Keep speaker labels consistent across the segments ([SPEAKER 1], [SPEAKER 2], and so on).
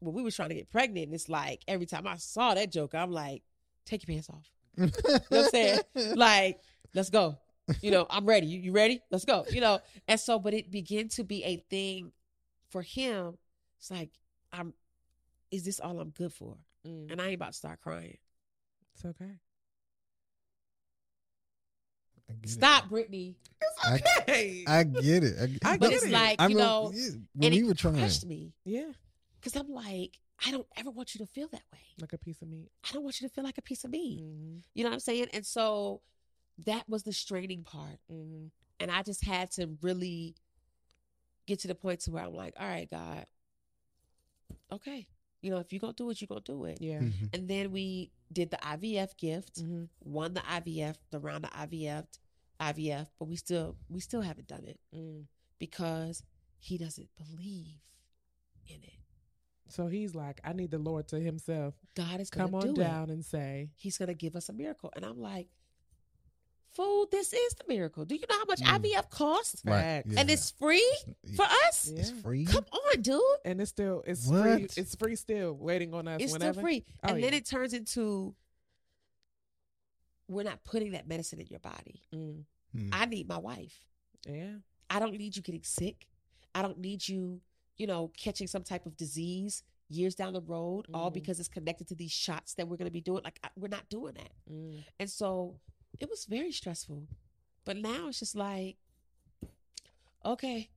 [SPEAKER 1] when we was trying to get pregnant, and it's like every time I saw that joke, I'm like, take your pants off. You know what I'm saying? like, let's go. You know, I'm ready. You, you ready? Let's go. You know, and so, but it began to be a thing for him. It's like, I'm, is this all I'm good for?
[SPEAKER 2] Mm,
[SPEAKER 1] And I ain't about to start crying.
[SPEAKER 2] it's okay.
[SPEAKER 3] I get it.
[SPEAKER 1] Stop, Brittany.
[SPEAKER 3] I,
[SPEAKER 2] Hey.
[SPEAKER 3] I get it. I get,
[SPEAKER 2] I
[SPEAKER 1] But
[SPEAKER 2] get
[SPEAKER 1] it's
[SPEAKER 2] it.
[SPEAKER 1] like,
[SPEAKER 3] I
[SPEAKER 1] you
[SPEAKER 3] mean,
[SPEAKER 1] know,
[SPEAKER 3] yeah,
[SPEAKER 1] and
[SPEAKER 3] when we
[SPEAKER 1] it
[SPEAKER 3] were trying,
[SPEAKER 1] crushed me
[SPEAKER 2] yeah,
[SPEAKER 1] because I'm like, I don't ever want you to feel that way.
[SPEAKER 2] like a piece of meat.
[SPEAKER 1] I don't want you to feel like a piece of me.
[SPEAKER 2] Mm-hmm.
[SPEAKER 1] You know what I'm saying? And so that was the straining part.
[SPEAKER 2] Mm-hmm.
[SPEAKER 1] And I just had to really get to the point to where I'm like, all right, God, okay. You know, if you're going to do it, you're going to do it.
[SPEAKER 2] Yeah.
[SPEAKER 3] Mhm.
[SPEAKER 1] And then we did the IVF gift,
[SPEAKER 2] Mm-hmm.
[SPEAKER 1] won the IVF, the round of IVF, IVF, but we still we still haven't done it
[SPEAKER 2] Mm.
[SPEAKER 1] because he doesn't believe in it.
[SPEAKER 2] So he's like, I need the Lord to himself.
[SPEAKER 1] God is going
[SPEAKER 2] Come
[SPEAKER 1] to do
[SPEAKER 2] on
[SPEAKER 1] it.
[SPEAKER 2] down and say,
[SPEAKER 1] He's going to give us a miracle. And I'm like, fool, this is the miracle. Do you know how much
[SPEAKER 3] Mm.
[SPEAKER 1] IVF costs?
[SPEAKER 3] right?
[SPEAKER 2] facts.
[SPEAKER 3] yeah.
[SPEAKER 1] And it's free
[SPEAKER 3] Yeah.
[SPEAKER 1] for us?
[SPEAKER 3] it's
[SPEAKER 2] Yeah.
[SPEAKER 3] free.
[SPEAKER 1] Come on, dude.
[SPEAKER 2] and it's still it's free.
[SPEAKER 3] What?
[SPEAKER 2] It's free still, waiting on us
[SPEAKER 1] It's
[SPEAKER 2] whenever.
[SPEAKER 1] still free.
[SPEAKER 2] Oh,
[SPEAKER 1] and then
[SPEAKER 2] yeah.
[SPEAKER 1] it turns into we're not putting that medicine in your body.
[SPEAKER 2] Mm.
[SPEAKER 3] Mm.
[SPEAKER 1] I need my wife.
[SPEAKER 2] Yeah.
[SPEAKER 1] I don't need you getting sick. I don't need you, you know, catching some type of disease years down the road, all
[SPEAKER 2] Mhm.
[SPEAKER 1] because it's connected to these shots that we're going to be doing. Like, I, we're not doing that.
[SPEAKER 2] Mm.
[SPEAKER 1] And so it was very stressful. But now it's just like, okay,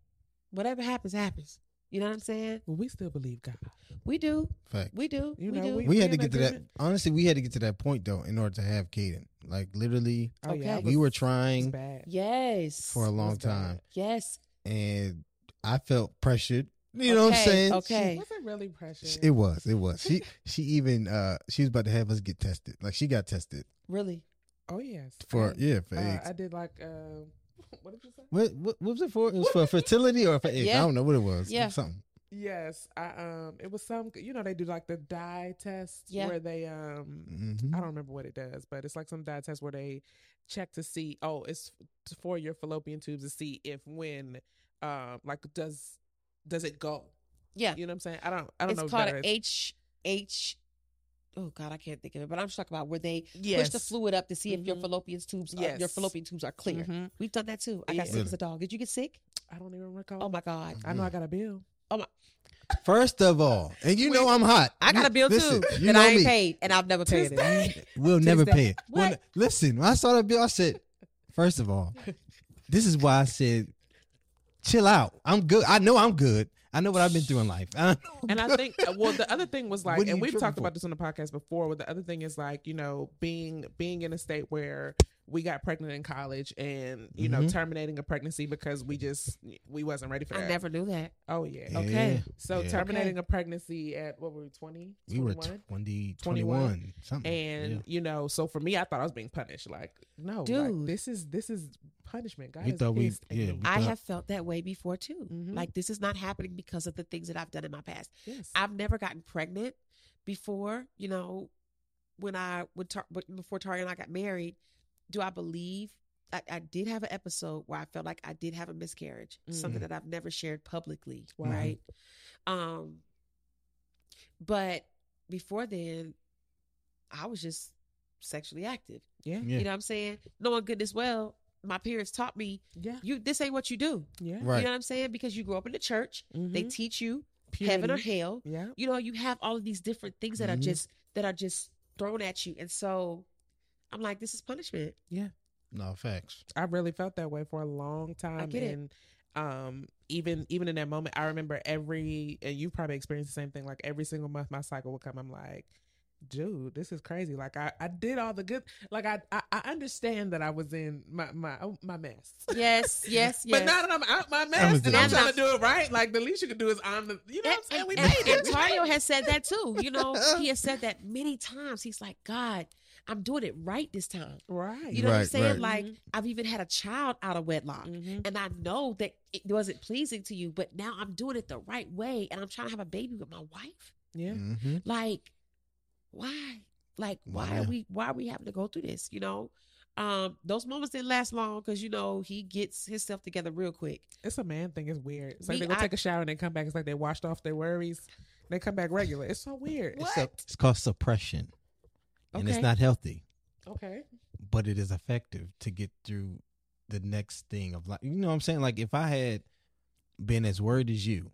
[SPEAKER 1] whatever happens, happens. You know what I'm saying?
[SPEAKER 2] Well, we still believe God. Oh,
[SPEAKER 1] We do.
[SPEAKER 3] Fact.
[SPEAKER 1] We do.
[SPEAKER 2] You
[SPEAKER 1] we
[SPEAKER 2] know,
[SPEAKER 1] do.
[SPEAKER 2] we-
[SPEAKER 3] We had to
[SPEAKER 2] in
[SPEAKER 3] get to that.
[SPEAKER 2] agreement.
[SPEAKER 3] Honestly, we had to get to that point though in order to have Caden. Like literally,
[SPEAKER 2] Oh yeah. I
[SPEAKER 1] Okay.
[SPEAKER 3] we were
[SPEAKER 2] was- it was
[SPEAKER 3] trying
[SPEAKER 2] bad.
[SPEAKER 1] yes.
[SPEAKER 3] for a long
[SPEAKER 2] was bad.
[SPEAKER 3] time,
[SPEAKER 1] yes.
[SPEAKER 3] and I felt pressured. You know what I'm
[SPEAKER 1] Okay,
[SPEAKER 3] saying?
[SPEAKER 1] okay.
[SPEAKER 2] Was it really
[SPEAKER 3] She-
[SPEAKER 2] precious?
[SPEAKER 3] It was. It was. She she even uh she was about to have us get tested. Like she got tested
[SPEAKER 1] Really.
[SPEAKER 2] oh yes.
[SPEAKER 3] for
[SPEAKER 2] I,
[SPEAKER 3] yeah for
[SPEAKER 2] uh,
[SPEAKER 3] eggs.
[SPEAKER 2] I did like uh, what did you say?
[SPEAKER 3] What, what what was it for? It was for fertility or for eggs?
[SPEAKER 1] Yeah.
[SPEAKER 3] I don't know what it was.
[SPEAKER 1] Yeah.
[SPEAKER 3] something.
[SPEAKER 2] Yes, I um, it was some. You know, they do like the dye test
[SPEAKER 1] Yeah.
[SPEAKER 2] where they um,
[SPEAKER 3] Mhm.
[SPEAKER 2] I
[SPEAKER 1] Mm-hmm.
[SPEAKER 2] don't remember what it does, but it's like some dye test where they check to see. Oh, it's f- for your fallopian tubes to see if when um, like does does it go?
[SPEAKER 1] Yeah.
[SPEAKER 2] You know what I'm saying? I don't. I don't
[SPEAKER 1] It's
[SPEAKER 2] know.
[SPEAKER 1] called
[SPEAKER 2] better.
[SPEAKER 1] a H H. Oh God, I can't think of it. But I'm just talking about where they push
[SPEAKER 2] Yes.
[SPEAKER 1] the fluid up to see if your
[SPEAKER 2] Mhm.
[SPEAKER 1] fallopian tubes, are, your
[SPEAKER 2] Yes.
[SPEAKER 1] fallopian tubes are clear.
[SPEAKER 2] Mhm.
[SPEAKER 1] We've done that too. I got
[SPEAKER 2] Yeah.
[SPEAKER 1] sick as a dog. Did you get sick?
[SPEAKER 2] I don't even recall.
[SPEAKER 1] Oh my God.
[SPEAKER 2] I know I got a bill.
[SPEAKER 3] First of all, and you know I'm hot.
[SPEAKER 1] I got a bill
[SPEAKER 3] Listen,
[SPEAKER 1] too
[SPEAKER 3] you
[SPEAKER 1] that
[SPEAKER 3] know
[SPEAKER 1] I ain't
[SPEAKER 3] me.
[SPEAKER 1] paid, and I've never paid it.
[SPEAKER 3] We'll never
[SPEAKER 2] Tuesday.
[SPEAKER 3] pay it. We'll
[SPEAKER 1] What?
[SPEAKER 3] ne- listen, when I saw that bill, I said, first of all, this is why I said, chill out. I'm good. I know I'm good. I know what I've been through in life. I know I'm
[SPEAKER 2] And I
[SPEAKER 3] good.
[SPEAKER 2] think uh, well, the other thing was like,
[SPEAKER 3] What are
[SPEAKER 2] and
[SPEAKER 3] you
[SPEAKER 2] we've
[SPEAKER 3] tripping
[SPEAKER 2] talked
[SPEAKER 3] for?
[SPEAKER 2] about this on the podcast before. But the other thing is like, you know, being being in a state where we got pregnant in college, and you know,
[SPEAKER 3] Mhm.
[SPEAKER 2] terminating a pregnancy because we just we wasn't ready for
[SPEAKER 1] Mm-hmm. I
[SPEAKER 2] that.
[SPEAKER 1] never knew that.
[SPEAKER 2] Oh yeah.
[SPEAKER 3] Yeah,
[SPEAKER 1] okay.
[SPEAKER 2] So
[SPEAKER 3] yeah.
[SPEAKER 2] terminating a pregnancy at what were we 20?
[SPEAKER 3] We were
[SPEAKER 2] 21?
[SPEAKER 3] 20,
[SPEAKER 2] 21.
[SPEAKER 3] 21, something.
[SPEAKER 2] and
[SPEAKER 3] Yeah.
[SPEAKER 2] you know, so for me, I thought I was being punished. Like, no, like,
[SPEAKER 1] Dude.
[SPEAKER 2] this is this is punishment. God
[SPEAKER 3] We
[SPEAKER 2] is
[SPEAKER 3] thought we-
[SPEAKER 2] pissed at
[SPEAKER 3] yeah,
[SPEAKER 2] you.
[SPEAKER 3] we-
[SPEAKER 1] I
[SPEAKER 3] thought-
[SPEAKER 1] have felt that way before too.
[SPEAKER 2] Mhm.
[SPEAKER 1] Like this is not happening because of the things that I've done in my past.
[SPEAKER 2] yes.
[SPEAKER 1] I've never gotten pregnant before. You know, when I would tar- but before Tari and I got married, do I believe I, I did have an episode where I felt like I did have a miscarriage, something
[SPEAKER 3] Mhm.
[SPEAKER 1] that I've never shared publicly,
[SPEAKER 2] Wow.
[SPEAKER 1] right? Um, but before then, I was just sexually active.
[SPEAKER 2] yeah,
[SPEAKER 3] Yeah.
[SPEAKER 1] You know what I'm saying? Knowing goodness well, my parents taught me
[SPEAKER 2] yeah,
[SPEAKER 1] you this ain't what you do.
[SPEAKER 2] yeah.
[SPEAKER 3] Right.
[SPEAKER 1] You know what I'm saying? Because you grow up in the church, they
[SPEAKER 2] Mhm.
[SPEAKER 1] teach you heaven
[SPEAKER 2] Purity.
[SPEAKER 1] or hell.
[SPEAKER 2] Yeah.
[SPEAKER 1] You know, you have all of these different things that
[SPEAKER 2] Mm-hmm.
[SPEAKER 3] Mhm.
[SPEAKER 1] are just that are just thrown at you. And so I'm like, this is punishment.
[SPEAKER 3] No, facts.
[SPEAKER 2] I really felt that way for a long time.
[SPEAKER 1] get it.
[SPEAKER 2] and um even even in that moment, I remember every and you probably experienced the same thing, like every single month my cycle would come. I'm like, dude, this is crazy. Like I, I did all the good like I, I I understand that I was in my my oh, my mess.
[SPEAKER 1] Yes, yes, yes.
[SPEAKER 2] But now that I'm out my
[SPEAKER 3] was
[SPEAKER 2] mess and I'm
[SPEAKER 1] doing
[SPEAKER 2] trying
[SPEAKER 1] it.
[SPEAKER 2] to do it right, like the least you can do is on the you know what I'm saying?
[SPEAKER 1] and,
[SPEAKER 2] We
[SPEAKER 1] and-
[SPEAKER 2] made it.
[SPEAKER 1] and
[SPEAKER 2] We
[SPEAKER 1] Tario
[SPEAKER 2] made it.
[SPEAKER 1] has said that too. You know, he has said that many times. He's like, God, I'm doing it right this time.
[SPEAKER 2] Right.
[SPEAKER 1] You know what I'm
[SPEAKER 3] Right,
[SPEAKER 1] saying?
[SPEAKER 3] right.
[SPEAKER 1] Like, I've even had a child out of wedlock.
[SPEAKER 2] Mhm.
[SPEAKER 1] And I know that it wasn't pleasing to you, but now I'm doing it the right way and I'm trying to have a baby with my wife.
[SPEAKER 2] Yeah.
[SPEAKER 3] hmm
[SPEAKER 1] like why like why
[SPEAKER 3] Wow.
[SPEAKER 1] are we why are we having to go through this you know um those moments didn't last long because you know he gets himself together real quick
[SPEAKER 2] It's a man thing, it's weird. It's like
[SPEAKER 1] Me,
[SPEAKER 2] they go
[SPEAKER 1] I-
[SPEAKER 2] take a shower and then come back. It's like they washed off their worries. They come back regular. It's so weird.
[SPEAKER 3] It's, a- it's called suppression, and it's
[SPEAKER 2] Okay.
[SPEAKER 3] not healthy,
[SPEAKER 2] Okay.
[SPEAKER 3] but it is effective to get through the next thing of life. You know what I'm saying? Like if I had been as worried as you,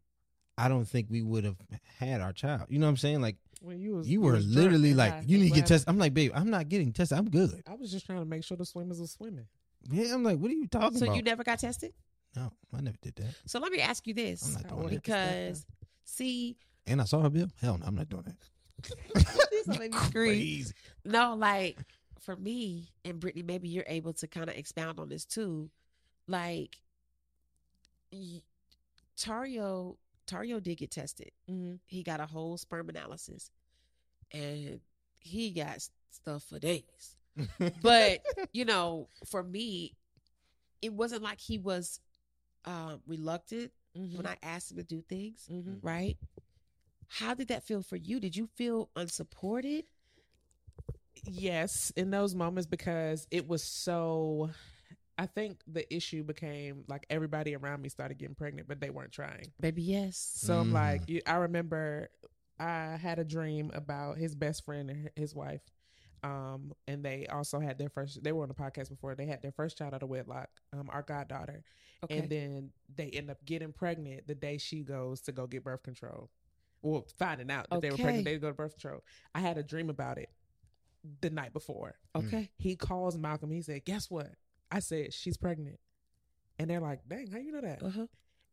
[SPEAKER 3] I don't think we would have had our child. You know what I'm saying? Like
[SPEAKER 2] When you was
[SPEAKER 3] you
[SPEAKER 2] was
[SPEAKER 3] were
[SPEAKER 2] drunk
[SPEAKER 3] literally
[SPEAKER 2] and
[SPEAKER 3] like,
[SPEAKER 2] high.
[SPEAKER 3] you need to get
[SPEAKER 2] That's what
[SPEAKER 3] tested. I'm like, babe, I'm not getting tested. I'm good.
[SPEAKER 2] happened. I was just trying to make sure the swimmers were swimming.
[SPEAKER 3] Yeah, I'm like, what are you talking
[SPEAKER 1] So
[SPEAKER 3] about?
[SPEAKER 1] you never got tested?
[SPEAKER 3] no, I never did that.
[SPEAKER 1] So let me ask you
[SPEAKER 3] I'm
[SPEAKER 1] this.
[SPEAKER 3] not
[SPEAKER 2] I
[SPEAKER 3] doing
[SPEAKER 2] wouldn't.
[SPEAKER 3] it.
[SPEAKER 1] Oh, Because see,
[SPEAKER 3] And I saw her bill. Hell no, I'm not doing that.
[SPEAKER 1] this will make me scream.
[SPEAKER 3] Crazy.
[SPEAKER 1] No, like for me and Brittany, maybe you're able to kind of expound on this too. Like y- Tario, Tario did get tested.
[SPEAKER 2] Mm-hmm.
[SPEAKER 1] He got a whole sperm analysis, and he got s- stuff for days. But you know, for me, it wasn't like he was um, reluctant
[SPEAKER 2] Mm-hmm.
[SPEAKER 1] when I asked him to do things,
[SPEAKER 2] mm-hmm.
[SPEAKER 1] right? How did that feel for you? Did you feel unsupported?
[SPEAKER 2] yes in those moments because it was so i think the issue became like everybody around me started getting pregnant but they weren't trying
[SPEAKER 1] Baby, yes.
[SPEAKER 2] so i'm
[SPEAKER 3] Mm.
[SPEAKER 2] like you- i remember i had a dream about his best friend and his wife um and they also had their first they were on the podcast before they had their first child out of wedlock um our goddaughter
[SPEAKER 1] Okay.
[SPEAKER 2] and then they end up getting pregnant the day she goes to go get birth control. Well, finding out that they were pregnant,
[SPEAKER 1] Okay.
[SPEAKER 2] they go to birth control. I had a dream about it the night before.
[SPEAKER 1] okay.
[SPEAKER 2] He calls Malcolm. He said, "Guess what?" I said, "She's pregnant," and they're like, "Dang, how you know that?"
[SPEAKER 1] Uh huh.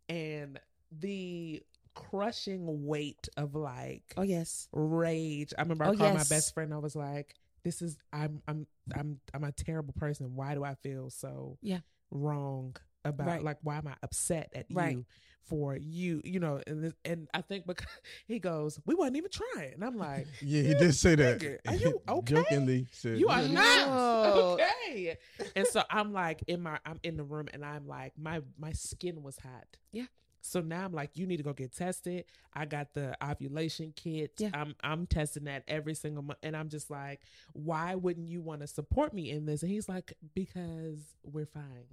[SPEAKER 2] And the crushing weight of like
[SPEAKER 1] Oh yes.
[SPEAKER 2] rage. I remember I
[SPEAKER 1] Oh,
[SPEAKER 2] called
[SPEAKER 1] yes.
[SPEAKER 2] my best friend. I was like, "This is I'm I'm I'm I'm a terrible person. Why do I feel so
[SPEAKER 1] Yeah.
[SPEAKER 2] wrong about
[SPEAKER 1] Right.
[SPEAKER 2] like why am I upset at
[SPEAKER 1] Right.
[SPEAKER 2] you for you you know?" And this, and I think because he goes, "We wasn't even trying," and I'm like,
[SPEAKER 3] Yeah, he did say that.
[SPEAKER 2] Nigga, are you okay?
[SPEAKER 3] Jokingly said,
[SPEAKER 2] "You are
[SPEAKER 3] "Yeah,
[SPEAKER 2] not
[SPEAKER 1] No.
[SPEAKER 2] okay." And so I'm like in my I'm in the room and I'm like my my skin was hot.
[SPEAKER 1] Yeah.
[SPEAKER 2] So now I'm like, you need to go get tested. I got the ovulation kit.
[SPEAKER 1] Yeah.
[SPEAKER 2] I'm I'm testing that every single month. And I'm just like, why wouldn't you want to support me in this? And he's like, because we're fine.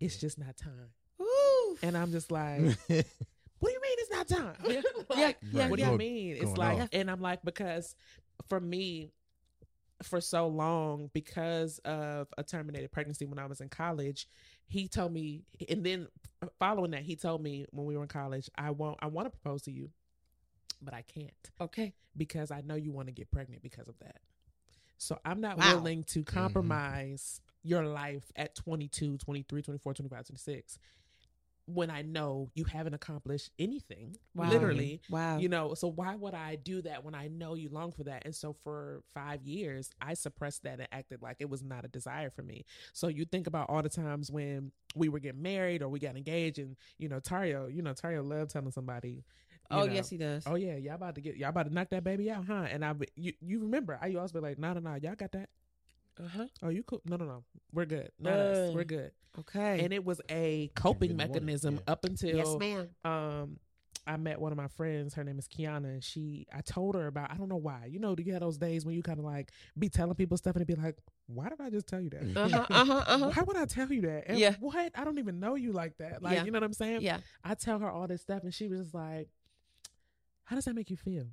[SPEAKER 2] It's just not time.
[SPEAKER 1] Ooh.
[SPEAKER 2] And I'm just like,
[SPEAKER 3] look."
[SPEAKER 2] what do you mean it's not time?
[SPEAKER 1] Yeah.
[SPEAKER 2] Like,
[SPEAKER 1] Yeah.
[SPEAKER 3] Right.
[SPEAKER 2] what do
[SPEAKER 3] Go-
[SPEAKER 2] you mean? It's
[SPEAKER 3] going
[SPEAKER 2] like,
[SPEAKER 3] off.
[SPEAKER 2] and I'm like, because for me, for so long, because of a terminated pregnancy when I was in college, he told me, and then following that, he told me when we were in college, I won't, I want to propose to you, but I can't
[SPEAKER 1] Okay.
[SPEAKER 2] because I know you want to get pregnant because of that. So I'm not
[SPEAKER 1] Wow.
[SPEAKER 2] willing to compromise your life at 22, 23, 24, 25, 26 when I know you haven't accomplished anything,
[SPEAKER 1] Wow.
[SPEAKER 2] literally
[SPEAKER 1] Wow.
[SPEAKER 2] you know so why would i do that when i know you long for that and so for five years i suppressed that and acted like it was not a desire for me so you think about all the times when we were getting married or we got engaged and you know tario you know tario loved telling somebody you
[SPEAKER 1] oh
[SPEAKER 2] know,
[SPEAKER 1] yes, he does.
[SPEAKER 2] oh yeah y'all about to get y'all about to knock that baby out huh and i be- you, you remember i always be like no no no y'all got that
[SPEAKER 1] Uh huh.
[SPEAKER 2] oh you cool no no no we're good not us
[SPEAKER 1] Uh,
[SPEAKER 2] we're good
[SPEAKER 1] Okay.
[SPEAKER 2] and it was a coping
[SPEAKER 3] really want it,
[SPEAKER 2] mechanism
[SPEAKER 3] yeah.
[SPEAKER 2] up until
[SPEAKER 1] yes, ma'am.
[SPEAKER 2] um I met one of my friends, her name is Kiana, and she I told her about I don't know why. You know, you have those days when you kinda like be telling people stuff and it be like, Why did I just tell you that?
[SPEAKER 1] Uh huh. Uh huh. Uh huh.
[SPEAKER 2] Why would I tell you that? And
[SPEAKER 1] Yeah.
[SPEAKER 2] what? I don't even know you like that. Like,
[SPEAKER 1] Yeah.
[SPEAKER 2] you know what I'm saying?
[SPEAKER 1] Yeah.
[SPEAKER 2] I tell her all this stuff and she was just like, How does that make you feel?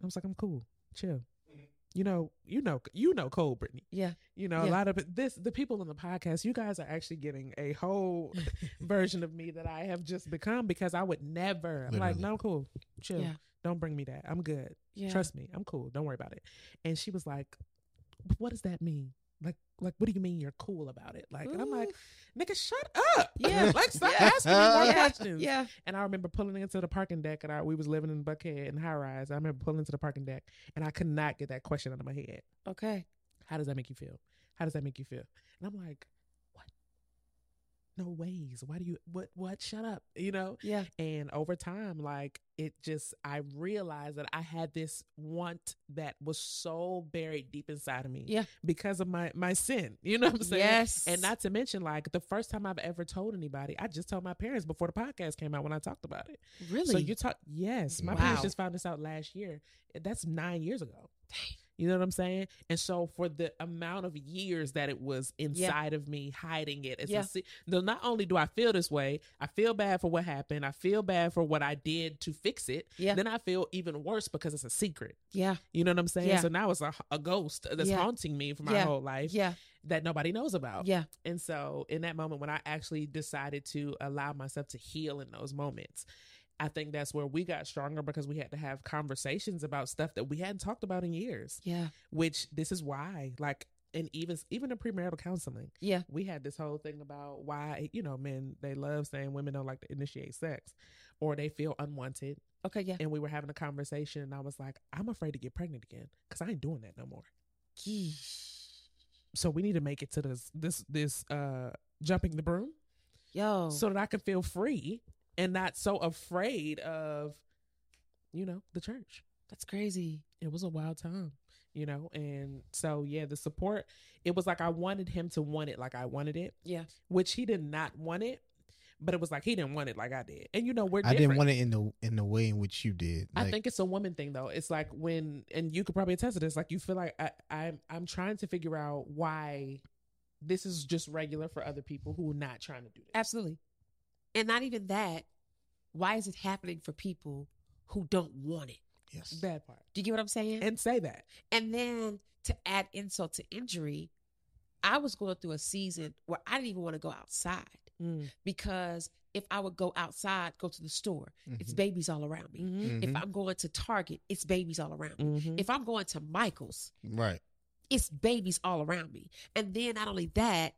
[SPEAKER 2] I was like, I'm cool. Chill.
[SPEAKER 1] Mm-hmm.
[SPEAKER 2] You know, you know, you know cold, Brittany.
[SPEAKER 1] Yeah.
[SPEAKER 2] You know,
[SPEAKER 1] Yeah.
[SPEAKER 2] a lot of this the people in the podcast, you guys are actually getting a whole version of me that I have just become because I would never. I'm like,
[SPEAKER 3] Literally.
[SPEAKER 2] no, I'm cool. Chill.
[SPEAKER 1] Yeah.
[SPEAKER 2] Don't bring me that. I'm good.
[SPEAKER 1] Yeah.
[SPEAKER 2] Trust me. I'm cool. Don't worry about it. And she was like, What does that mean? Like, like, what do you mean you're cool about it? Like, and I'm like, nigga, shut up.
[SPEAKER 1] Yeah.
[SPEAKER 2] like, stop
[SPEAKER 1] Yeah.
[SPEAKER 2] asking me more
[SPEAKER 1] Yeah.
[SPEAKER 2] questions.
[SPEAKER 1] Yeah.
[SPEAKER 2] And I remember pulling into the parking deck, and I, we was living in Buckhead and high rise. I remember pulling into the parking deck, and I could not get that question out of my head.
[SPEAKER 1] Okay.
[SPEAKER 2] How does that make you feel? How does that make you feel? And I'm like, what? No ways. Why do you what what? Shut up. You know.
[SPEAKER 1] Yeah.
[SPEAKER 2] And over time, like it just, I realized that I had this want that was so buried deep inside of me.
[SPEAKER 1] Yeah.
[SPEAKER 2] Because of my my sin. You know what I'm saying?
[SPEAKER 1] Yes.
[SPEAKER 2] And not to mention, like the first time I've ever told anybody, I just told my parents before the podcast came out when I talked about it.
[SPEAKER 1] really.
[SPEAKER 2] So you talk, yes, my parents
[SPEAKER 1] Wow.
[SPEAKER 2] just found this out last year. That's nine years ago. You know what I'm saying? And so for the amount of years that it was inside of me hiding it, it's a
[SPEAKER 1] Yeah.
[SPEAKER 2] se- no, not only do I feel this way, I feel bad for what happened. I feel bad for what I did to fix it.
[SPEAKER 1] Yeah.
[SPEAKER 2] Then I feel even worse because it's a secret.
[SPEAKER 1] Yeah.
[SPEAKER 2] You know what I'm saying?
[SPEAKER 1] Yeah.
[SPEAKER 2] So now it's a, a ghost that's
[SPEAKER 1] Yeah.
[SPEAKER 2] haunting me for my
[SPEAKER 1] Yeah.
[SPEAKER 2] whole life
[SPEAKER 1] Yeah.
[SPEAKER 2] that nobody knows about.
[SPEAKER 1] Yeah.
[SPEAKER 2] And so in that moment, when I actually decided to allow myself to heal in those moments, I think that's where we got stronger because we had to have conversations about stuff that we hadn't talked about in years,
[SPEAKER 1] Yeah.
[SPEAKER 2] which this is why, like, and even even in premarital counseling,
[SPEAKER 1] Yeah.
[SPEAKER 2] we had this whole thing about why you know men they love saying women don't like to initiate sex, or they feel unwanted.
[SPEAKER 1] Okay. Yeah.
[SPEAKER 2] And we were having a conversation, and I was like, I'm afraid to get pregnant again because I ain't doing that no more so we need to make it to this this this uh jumping the broom
[SPEAKER 1] Yo.
[SPEAKER 2] so that I can feel free and not so afraid of you know the church.
[SPEAKER 1] that's crazy.
[SPEAKER 2] It was a wild time, you know, and so yeah, the support it was like I wanted him to want it like I wanted it,
[SPEAKER 1] Yeah.
[SPEAKER 2] which he did not want it, but it was like he didn't want it like I did. And you know, we're
[SPEAKER 3] I
[SPEAKER 2] different.
[SPEAKER 3] didn't want it in the in the way in which you did.
[SPEAKER 2] I think it's a woman thing though. It's like when, and you could probably attest to this. Like you feel like I, I'm, I'm trying to figure out why this is just regular for other people who are not trying to do this.
[SPEAKER 1] Absolutely. And not even that. Why is it happening for people who don't want it?
[SPEAKER 3] yes.
[SPEAKER 2] That part,
[SPEAKER 1] Do you get what I'm saying?
[SPEAKER 2] and say that.
[SPEAKER 1] And then to add insult to injury, I was going through a season where I didn't even want to go outside because if I would go outside, go to the store,
[SPEAKER 3] Mm-hmm.
[SPEAKER 1] it's babies all around me.
[SPEAKER 2] Mhm.
[SPEAKER 1] If I'm going to Target, it's babies all around me.
[SPEAKER 2] Mhm.
[SPEAKER 1] If I'm going to Michael's,
[SPEAKER 3] right.
[SPEAKER 1] it's babies all around me. And then not only that,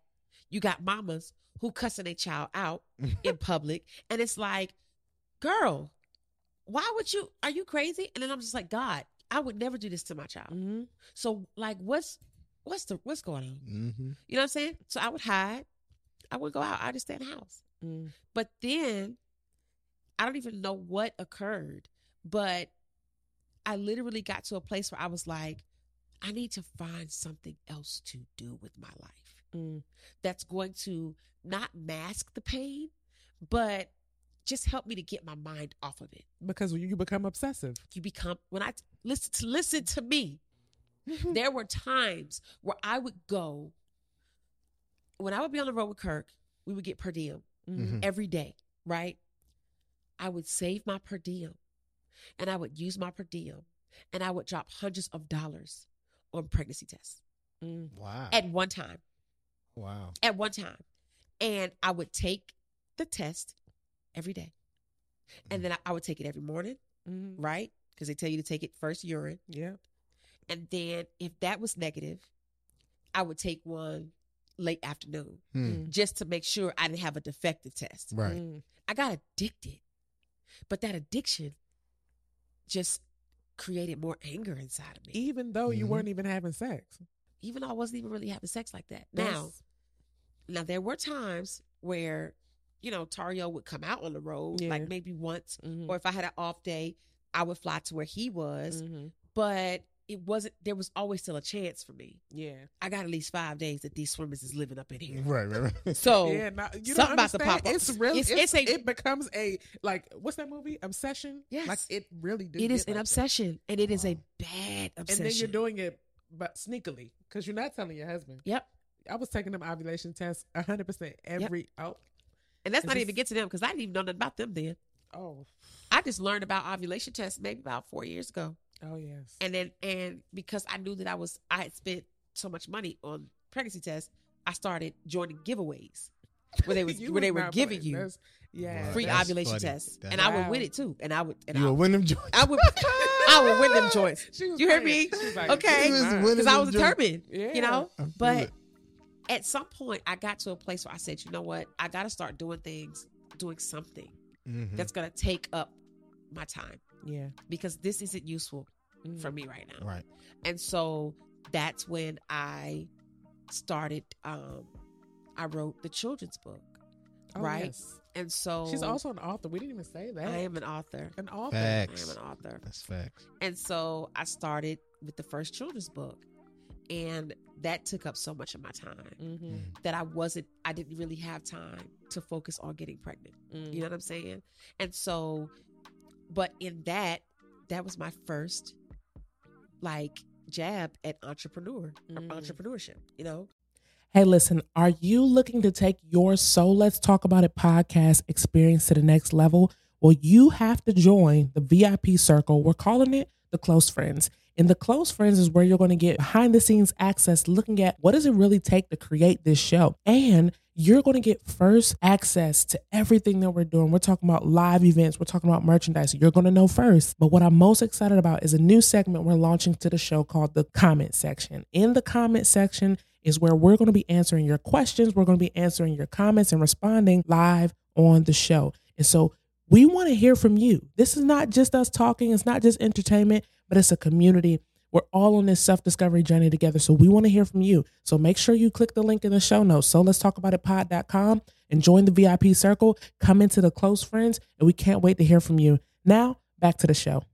[SPEAKER 1] you got mamas who cussing their child out in public. And it's like, girl, why would you are you crazy? And then I'm just like, God, I would never do this to my child.
[SPEAKER 2] Mhm.
[SPEAKER 1] So like what's what's the what's going on?
[SPEAKER 3] hmm
[SPEAKER 1] You know what I'm saying? So I would hide. I would go out. I'd just stay in the house.
[SPEAKER 2] Mm.
[SPEAKER 1] But then I don't even know what occurred, but I literally got to a place where I was like, I need to find something else to do with my life
[SPEAKER 2] Mm.
[SPEAKER 1] that's going to not mask the pain, but just help me to get my mind off of it.
[SPEAKER 2] Because you you become obsessive.
[SPEAKER 1] You become when I listen to listen to me. there were times where I would go when I would be on the road with Kirk, we would get per diem
[SPEAKER 2] Mhm.
[SPEAKER 1] every day, right? I would save my per diem and I would use my per diem and I would drop hundreds of dollars on pregnancy tests
[SPEAKER 2] Mm.
[SPEAKER 3] Wow.
[SPEAKER 1] at one time.
[SPEAKER 3] wow.
[SPEAKER 1] At one time. And I would take the test every day. And then I, I would take it every morning,
[SPEAKER 2] Mhm.
[SPEAKER 1] right? Because they tell you to take it first urine.
[SPEAKER 2] Yeah.
[SPEAKER 1] And then if that was negative, I would take one late afternoon
[SPEAKER 3] Hmm.
[SPEAKER 2] Mm.
[SPEAKER 1] just to make sure I didn't have a defective test.
[SPEAKER 3] Right.
[SPEAKER 2] Mm.
[SPEAKER 1] I got addicted, but that addiction just created more anger inside of me.
[SPEAKER 2] Even though you
[SPEAKER 1] Mm-hmm.
[SPEAKER 3] Mhm.
[SPEAKER 2] weren't even having sex.
[SPEAKER 1] Even though I wasn't even really having sex like that. Now,
[SPEAKER 2] That's-
[SPEAKER 1] now there were times where, you know, Tario would come out on the road,
[SPEAKER 2] Yeah.
[SPEAKER 1] like maybe once,
[SPEAKER 2] Mhm.
[SPEAKER 1] or if I had an off day, I would fly to where he was.
[SPEAKER 2] Mhm.
[SPEAKER 1] But it wasn't. There was always still a chance for me.
[SPEAKER 2] yeah.
[SPEAKER 1] I got at least five days that these swimmers is living up in here.
[SPEAKER 3] Right. Right. Right.
[SPEAKER 1] So
[SPEAKER 2] yeah, no, you don't
[SPEAKER 1] something about to
[SPEAKER 2] understand.
[SPEAKER 1] pop up.
[SPEAKER 2] It's really, it's,
[SPEAKER 1] It's- it's a-
[SPEAKER 2] it becomes a like what's that movie? Obsession. like
[SPEAKER 1] Yes.
[SPEAKER 2] it really did.
[SPEAKER 1] it is
[SPEAKER 2] get
[SPEAKER 1] an
[SPEAKER 2] like that.
[SPEAKER 1] obsession, and it is a
[SPEAKER 3] Wow.
[SPEAKER 1] bad
[SPEAKER 2] and
[SPEAKER 1] obsession.
[SPEAKER 2] then you're doing it but sneakily because you're not telling your husband.
[SPEAKER 1] Yep.
[SPEAKER 2] I was taking them ovulation tests 100 percent every oh
[SPEAKER 1] and that's
[SPEAKER 2] It's
[SPEAKER 1] not
[SPEAKER 2] just-
[SPEAKER 1] even get to them because I didn't even know nothing about them then.
[SPEAKER 2] oh
[SPEAKER 1] I just learned about ovulation tests maybe about four years ago,
[SPEAKER 2] oh yes
[SPEAKER 1] and then and because I knew that I was I had spent so much money on pregnancy tests, I started joining giveaways where they was
[SPEAKER 2] You
[SPEAKER 1] where they
[SPEAKER 2] was
[SPEAKER 1] were
[SPEAKER 2] not
[SPEAKER 1] giving
[SPEAKER 2] putting
[SPEAKER 1] you
[SPEAKER 2] this- yeah
[SPEAKER 3] Right.
[SPEAKER 1] free
[SPEAKER 3] That's
[SPEAKER 1] ovulation
[SPEAKER 3] funny.
[SPEAKER 1] tests,
[SPEAKER 3] That's-
[SPEAKER 1] and I would win
[SPEAKER 2] Wow.
[SPEAKER 1] it too, and I would and
[SPEAKER 3] you
[SPEAKER 1] I,
[SPEAKER 3] a Wyndham joint.
[SPEAKER 1] I would I would win them joints
[SPEAKER 2] She was
[SPEAKER 1] You hear
[SPEAKER 2] playing.
[SPEAKER 1] me?
[SPEAKER 2] She was like,
[SPEAKER 1] Okay.
[SPEAKER 2] "This is
[SPEAKER 3] She was
[SPEAKER 2] mine."
[SPEAKER 3] winning.
[SPEAKER 1] because I was
[SPEAKER 3] Joint.
[SPEAKER 1] determined,
[SPEAKER 2] Yeah.
[SPEAKER 1] you know.
[SPEAKER 3] I feel
[SPEAKER 1] But
[SPEAKER 3] it.
[SPEAKER 1] at some point, I got to a place where I said, you know what, I got to start doing things, doing something
[SPEAKER 3] Mhm.
[SPEAKER 1] that's gonna take up my time
[SPEAKER 2] yeah
[SPEAKER 1] because this isn't useful
[SPEAKER 2] Mm.
[SPEAKER 1] for me right now.
[SPEAKER 3] right.
[SPEAKER 1] And so that's when I started um I wrote the children's book.
[SPEAKER 2] Oh,
[SPEAKER 1] right?
[SPEAKER 2] yes.
[SPEAKER 1] And so
[SPEAKER 2] she's also an author we didn't even say that
[SPEAKER 1] I am an author.
[SPEAKER 2] an author
[SPEAKER 1] I am
[SPEAKER 3] Facts.
[SPEAKER 1] an author.
[SPEAKER 3] That's facts.
[SPEAKER 1] And so I started with the first children's book. And that took up so much of my time
[SPEAKER 2] mm-hmm.
[SPEAKER 1] that I wasn't I didn't really have time to focus on getting pregnant.
[SPEAKER 2] Mm-hmm. Mm.
[SPEAKER 1] You know what I'm saying? And so, but in that, that was my first like jab at entrepreneur
[SPEAKER 2] Mm.
[SPEAKER 1] or entrepreneurship. You know,
[SPEAKER 2] Hey, listen, are you looking to take your So Let's Talk About It podcast experience to the next level? Well, you have to join the VIP circle. We're calling it the Close Friends. And the Close Friends is where you're going to get behind the scenes access looking at what does it really take to create this show. And you're going to get first access to everything that we're doing. We're talking about live events, we're talking about merchandise. You're going to know first. But what I'm most excited about is a new segment we're launching to the show called the comment section. In the comment section, is where we're going to be answering your questions. We're going to be answering your comments and responding live on the show. And so we want to hear from you. This is not just us talking, it's not just entertainment, but it's a community. We're all on this self discovery journey together. So we want to hear from you. So make sure you click the link in the show notes. So let's talk about it pod.com and join the VIP circle. Come into the close friends, and we can't wait to hear from you. Now, back to the show.